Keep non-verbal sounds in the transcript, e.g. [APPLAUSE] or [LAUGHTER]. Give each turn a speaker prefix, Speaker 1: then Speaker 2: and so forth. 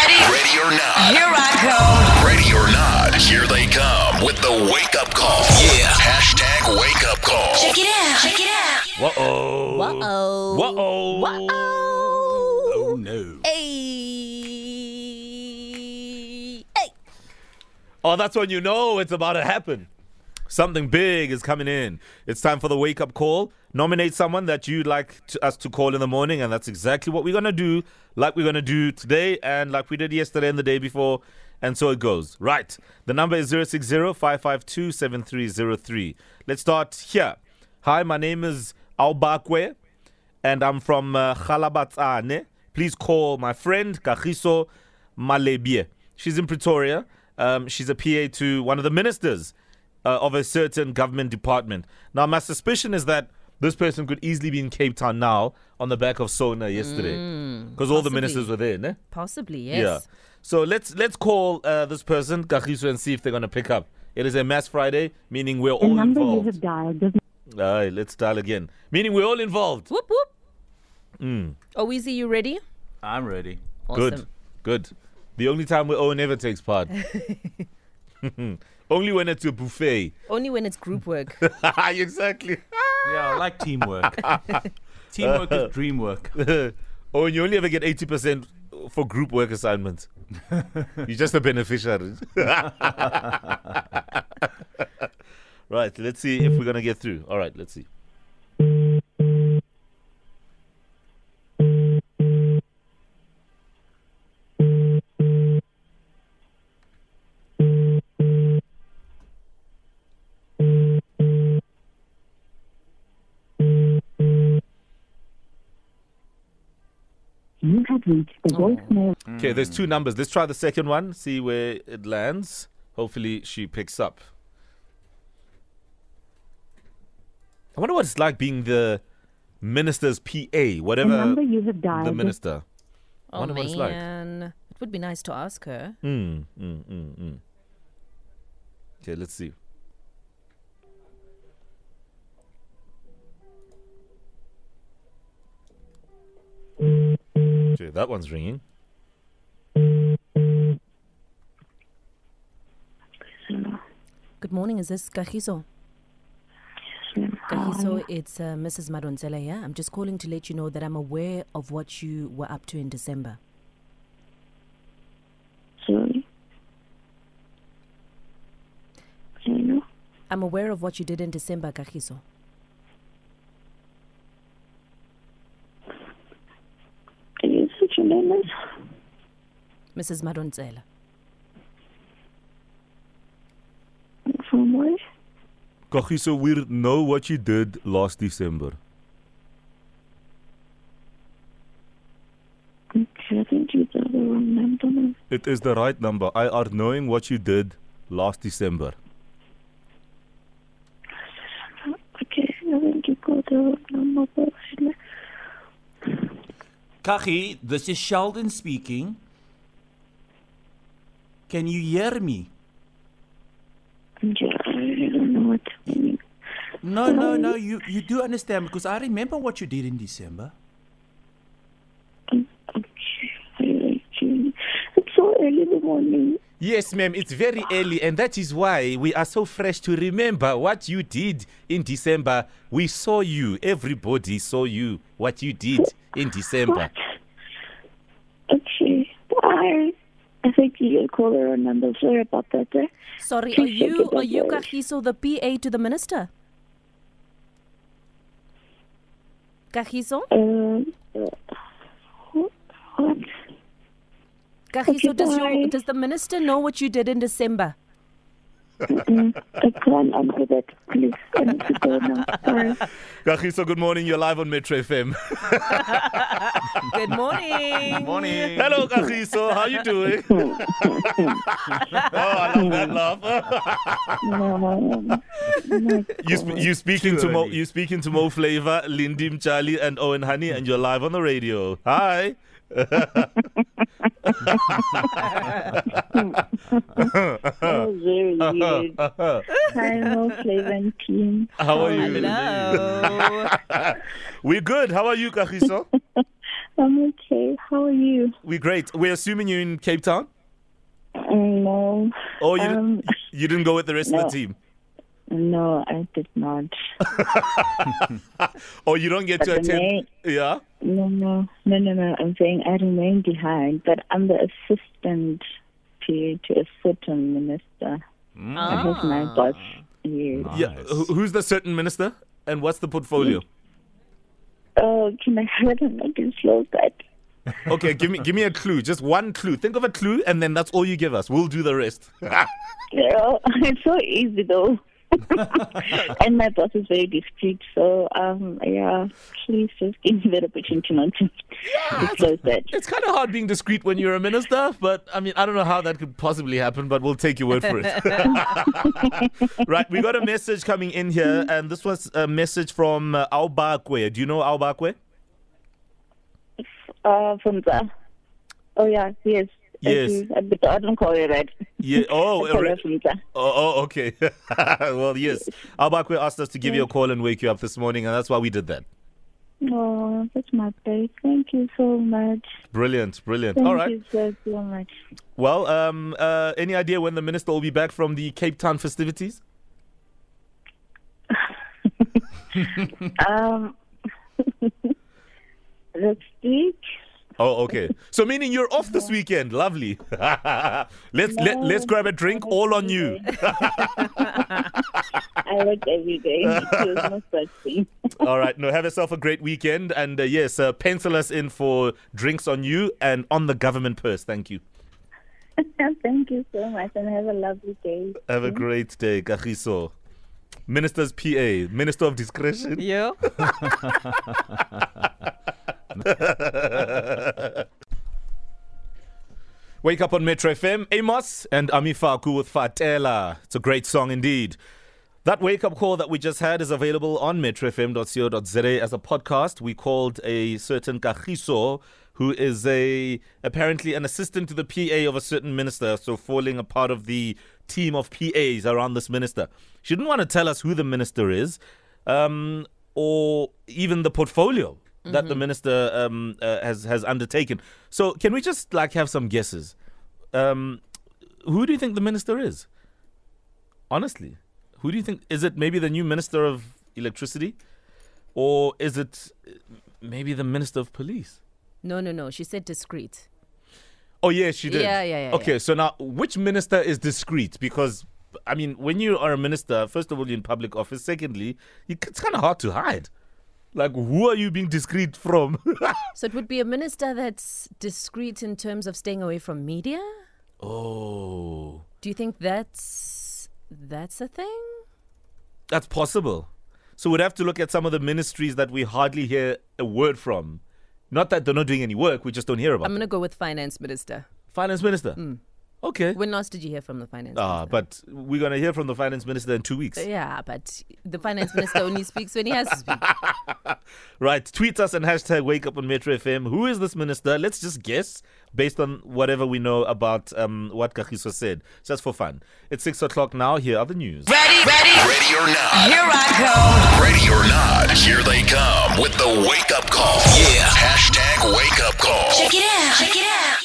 Speaker 1: or not.
Speaker 2: Here I
Speaker 1: Ready or not, here they come with the wake up call. Yeah. Hashtag wake up call.
Speaker 2: go. Check it out. Check it out.
Speaker 3: Whoa.
Speaker 2: Whoa.
Speaker 3: Whoa.
Speaker 2: Whoa.
Speaker 3: Oh no.
Speaker 2: Hey. Hey.
Speaker 3: Oh, that's when you know it's about to happen. Something big is coming in. It's time for the wake up call. Nominate someone that you'd like to, us to call in the morning, and that's exactly what we're gonna do. Like we're gonna do today, and like we did yesterday and the day before, and so it goes. Right. The number is 060-552-7303. Let's start here. Hi, my name is Albakwe, and I'm from uh, Khalabatsane. Please call my friend Kagiso Malebie. She's in Pretoria. Um, she's a PA to one of the ministers uh, of a certain government department. Now, my suspicion is that this person could easily be in Cape Town now on the back of Sona yesterday because all the ministers were there, ne?
Speaker 4: Mm, Possibly, yes.
Speaker 3: Yeah. So let's let's call uh, this person Kagiso and see if they're gonna pick up. It is a mass Friday, meaning we're
Speaker 5: The
Speaker 3: all
Speaker 5: number you
Speaker 3: involved.
Speaker 5: have dialed does
Speaker 3: All right, let's dial again. Meaning we're all involved. Hmm.
Speaker 4: Whoop whoop. Oh, Weezy, you ready?
Speaker 6: I'm ready.
Speaker 3: Good, good. The only time where O never
Speaker 4: [LAUGHS]
Speaker 3: takes part. only when it's a
Speaker 6: [LAUGHS]
Speaker 3: buffet.
Speaker 4: Only when it's group
Speaker 3: [LAUGHS]
Speaker 4: work.
Speaker 3: exactly.
Speaker 6: Yeah, I like teamwork. teamwork is dream work.
Speaker 3: or Oh, you only ever get 80% for group work
Speaker 6: [LAUGHS]
Speaker 3: assignments. You're just a beneficiary. [LAUGHS] right, let's see if we're going to get through. All right, let's see.
Speaker 5: you have reached
Speaker 3: Oh.
Speaker 5: the voicemail.
Speaker 3: Okay, there's two numbers. Let's try the second one, see where it lands. Hopefully, she picks up. I wonder what it's like being the minister's PA,
Speaker 5: The
Speaker 3: whatever
Speaker 5: number you have dialed
Speaker 3: the
Speaker 5: is
Speaker 3: minister.
Speaker 4: oh
Speaker 3: wonder what it's like.
Speaker 4: man, it would be nice to ask her.
Speaker 3: Okay, let's see. Okay, that one's ringing.
Speaker 4: Good morning. Is this Kahiso? Kahiso, it's uh, Mrs. Madonsela here. I'm just calling to let you know that I'm aware of what you were up to in December.
Speaker 5: Sorry. Hello?
Speaker 4: I'm aware of what you did in December, Kahiso.
Speaker 5: Can you switch your name is?
Speaker 4: Mrs. Madonsela,
Speaker 5: From where?
Speaker 3: Kagiso, we know what you did last December.
Speaker 5: Okay, I think you dialed the wrong number. now.
Speaker 3: It is the right number. I are knowing what you did last December.
Speaker 5: Okay, I think you called the wrong number. but I-
Speaker 6: Kachi, this is Sheldon speaking. Can you hear me?
Speaker 5: Yeah, I don't know what to mean.
Speaker 6: No, no, no. Uh, You you do understand because I remember what you did in December.
Speaker 5: Okay, I like you. It's so early in the morning.
Speaker 3: Yes, ma'am, it's very early, and that is why we are so fresh to remember what you did in December. We saw you, everybody saw you, what you did in December.
Speaker 5: Okay, bye. I think you called the wrong number. Sorry about that. Eh?
Speaker 4: Sorry,
Speaker 5: Please
Speaker 4: are
Speaker 5: check
Speaker 4: you
Speaker 5: it
Speaker 4: are you
Speaker 5: out.
Speaker 4: Kahiso the PA to the minister? Kahiso,
Speaker 5: Um, uh, what?
Speaker 4: Kahiso, does
Speaker 5: bye.
Speaker 4: your, does the minister know what you did in December?
Speaker 5: I can't answer that. Please, I need to go now.
Speaker 3: [LAUGHS]
Speaker 5: Bye.
Speaker 3: Kagiso, good morning, you're live on Metro FM.
Speaker 4: Good morning.
Speaker 6: Morning.
Speaker 3: Hello, Kagiso, how you doing? oh, I love that laugh.
Speaker 5: No, no, no. No.
Speaker 3: you sp- you speaking to
Speaker 6: Too
Speaker 3: Mo,
Speaker 6: early.
Speaker 3: you speaking to Mo Flavor, Lindy Mchali, and Owen Honey, and you're live on the radio. Hi.
Speaker 5: That was very weird. Hi, Mo Flavin team.
Speaker 3: How are you?
Speaker 4: Hello.
Speaker 3: [LAUGHS] We're good. How are you, Kagiso?
Speaker 5: I'm okay. How are you?
Speaker 3: We're great. We're assuming you're in Cape Town.
Speaker 5: No.
Speaker 3: Oh, you,
Speaker 5: Um,
Speaker 3: didn't, you didn't go with the rest of
Speaker 5: no.
Speaker 3: the team.
Speaker 5: No, I did not.
Speaker 3: Or you don't get to
Speaker 5: But the
Speaker 3: attend. Yeah.
Speaker 5: No, no, no, no, no. I'm saying I remain behind, but I'm the assistant to to a certain minister.
Speaker 3: Hmm.
Speaker 5: I have my
Speaker 3: Ah.
Speaker 5: boss. Yes.
Speaker 3: Yeah. who- Who's the certain minister? And what's the
Speaker 5: [LAUGHS]
Speaker 3: portfolio?
Speaker 5: Oh, can I have it? I can slow that.
Speaker 3: Okay, give me give me a clue. Just one clue. Think of a clue, and then that's all you give us. We'll do the rest.
Speaker 5: Yeah, [LAUGHS] it's so easy
Speaker 3: [LAUGHS]
Speaker 5: though. and my boss is very discreet, so um, yeah, please just give me that opportunity not to disclose that.
Speaker 3: it's kind of hard being discreet when you're a minister, but I mean, I don't know how that could possibly happen, but we'll take your word for it. right, we got a message coming in here, and this was a message from uh, Aubakwe. Do you know Aubakwe?
Speaker 5: Uh, from the, oh yeah, yes, I
Speaker 3: Yes.
Speaker 5: do. Uh, But I don't call you right.
Speaker 3: Yeah. Oh,
Speaker 5: I call
Speaker 3: re-
Speaker 5: her from the.
Speaker 3: oh, oh, okay. [LAUGHS] well, yes. Aubakwe asked us to give you a call and wake you up this morning, and that's why we did that.
Speaker 5: Oh, that's my babe. Thank you so much.
Speaker 3: Brilliant, brilliant.
Speaker 5: Thank
Speaker 3: All right.
Speaker 5: you so, so much.
Speaker 3: Well, um, uh, any idea when the minister will be back from the Cape Town festivities?
Speaker 5: Um, [LAUGHS] let's speak.
Speaker 3: Oh, okay. So meaning you're off this weekend. Lovely. [LAUGHS] let's let, let's grab a drink all on you.
Speaker 5: [LAUGHS] I work every
Speaker 3: [LAUGHS]
Speaker 5: day. There's no such thing.
Speaker 3: [LAUGHS]
Speaker 5: [LAUGHS]
Speaker 3: all right. No, have yourself a great weekend and uh, yes, uh, pencil us in for drinks on you and on the government purse. Thank you.
Speaker 5: Thank you so much, and have a lovely day.
Speaker 3: Have a great day, Kagiso. Minister's PA, Minister of Discretion.
Speaker 2: Yeah.
Speaker 3: [LAUGHS] Wake up on Metro FM, Amos and Amifaku with Fatela. It's a great song indeed. That wake up call that we just had is available on metrofm.co.za as a podcast. We called a certain Kagiso, who is a apparently an assistant to the PA of a certain minister, so falling a part of the team of PAs around this minister. She didn't want to tell us who the minister is, um, or even the portfolio that the minister um, uh, has has undertaken. So, can we just like have some guesses? Um, who do you think the minister is? honestly, who do you think? Is it maybe the new minister of electricity, or is it uh, maybe the minister of police?
Speaker 4: No, no, no. She said discreet.
Speaker 3: Oh yeah, she did.
Speaker 4: Yeah, yeah, yeah,
Speaker 3: Okay, so now which minister is discreet? Because I mean, when you are a minister, first of all, you're in public office. Secondly, you- it's kind of hard to hide. Like, who are you being discreet from? [LAUGHS]
Speaker 4: So it would be a minister that's discreet in terms of staying away from media.
Speaker 3: oh,
Speaker 4: Do you think that's that's a thing?
Speaker 3: that's possible. So we'd have to look at some of the ministries that we hardly hear a word from. Not that they're not doing any work, we just don't hear about.
Speaker 4: I'm
Speaker 3: them.
Speaker 4: gonna go with finance minister.
Speaker 3: Finance minister. Okay.
Speaker 4: When last did you hear from the finance?
Speaker 3: Ah, but we're gonna hear from the finance minister in two weeks,
Speaker 4: minister? Uh, Yeah, but the finance minister only speaks when he has to speak.
Speaker 3: right? Tweet us and hashtag Wake Up on Metro FM. Who is this minister? Let's just guess based on whatever we know about um, what Kagiso said, just for fun. It's six o'clock now. Here are the news.
Speaker 2: Ready, ready,
Speaker 1: Ready or not,
Speaker 2: here I
Speaker 1: ready or not, here they come with the wake up call. Yeah. Hashtag wake up call.
Speaker 2: go. Check it out, check it out.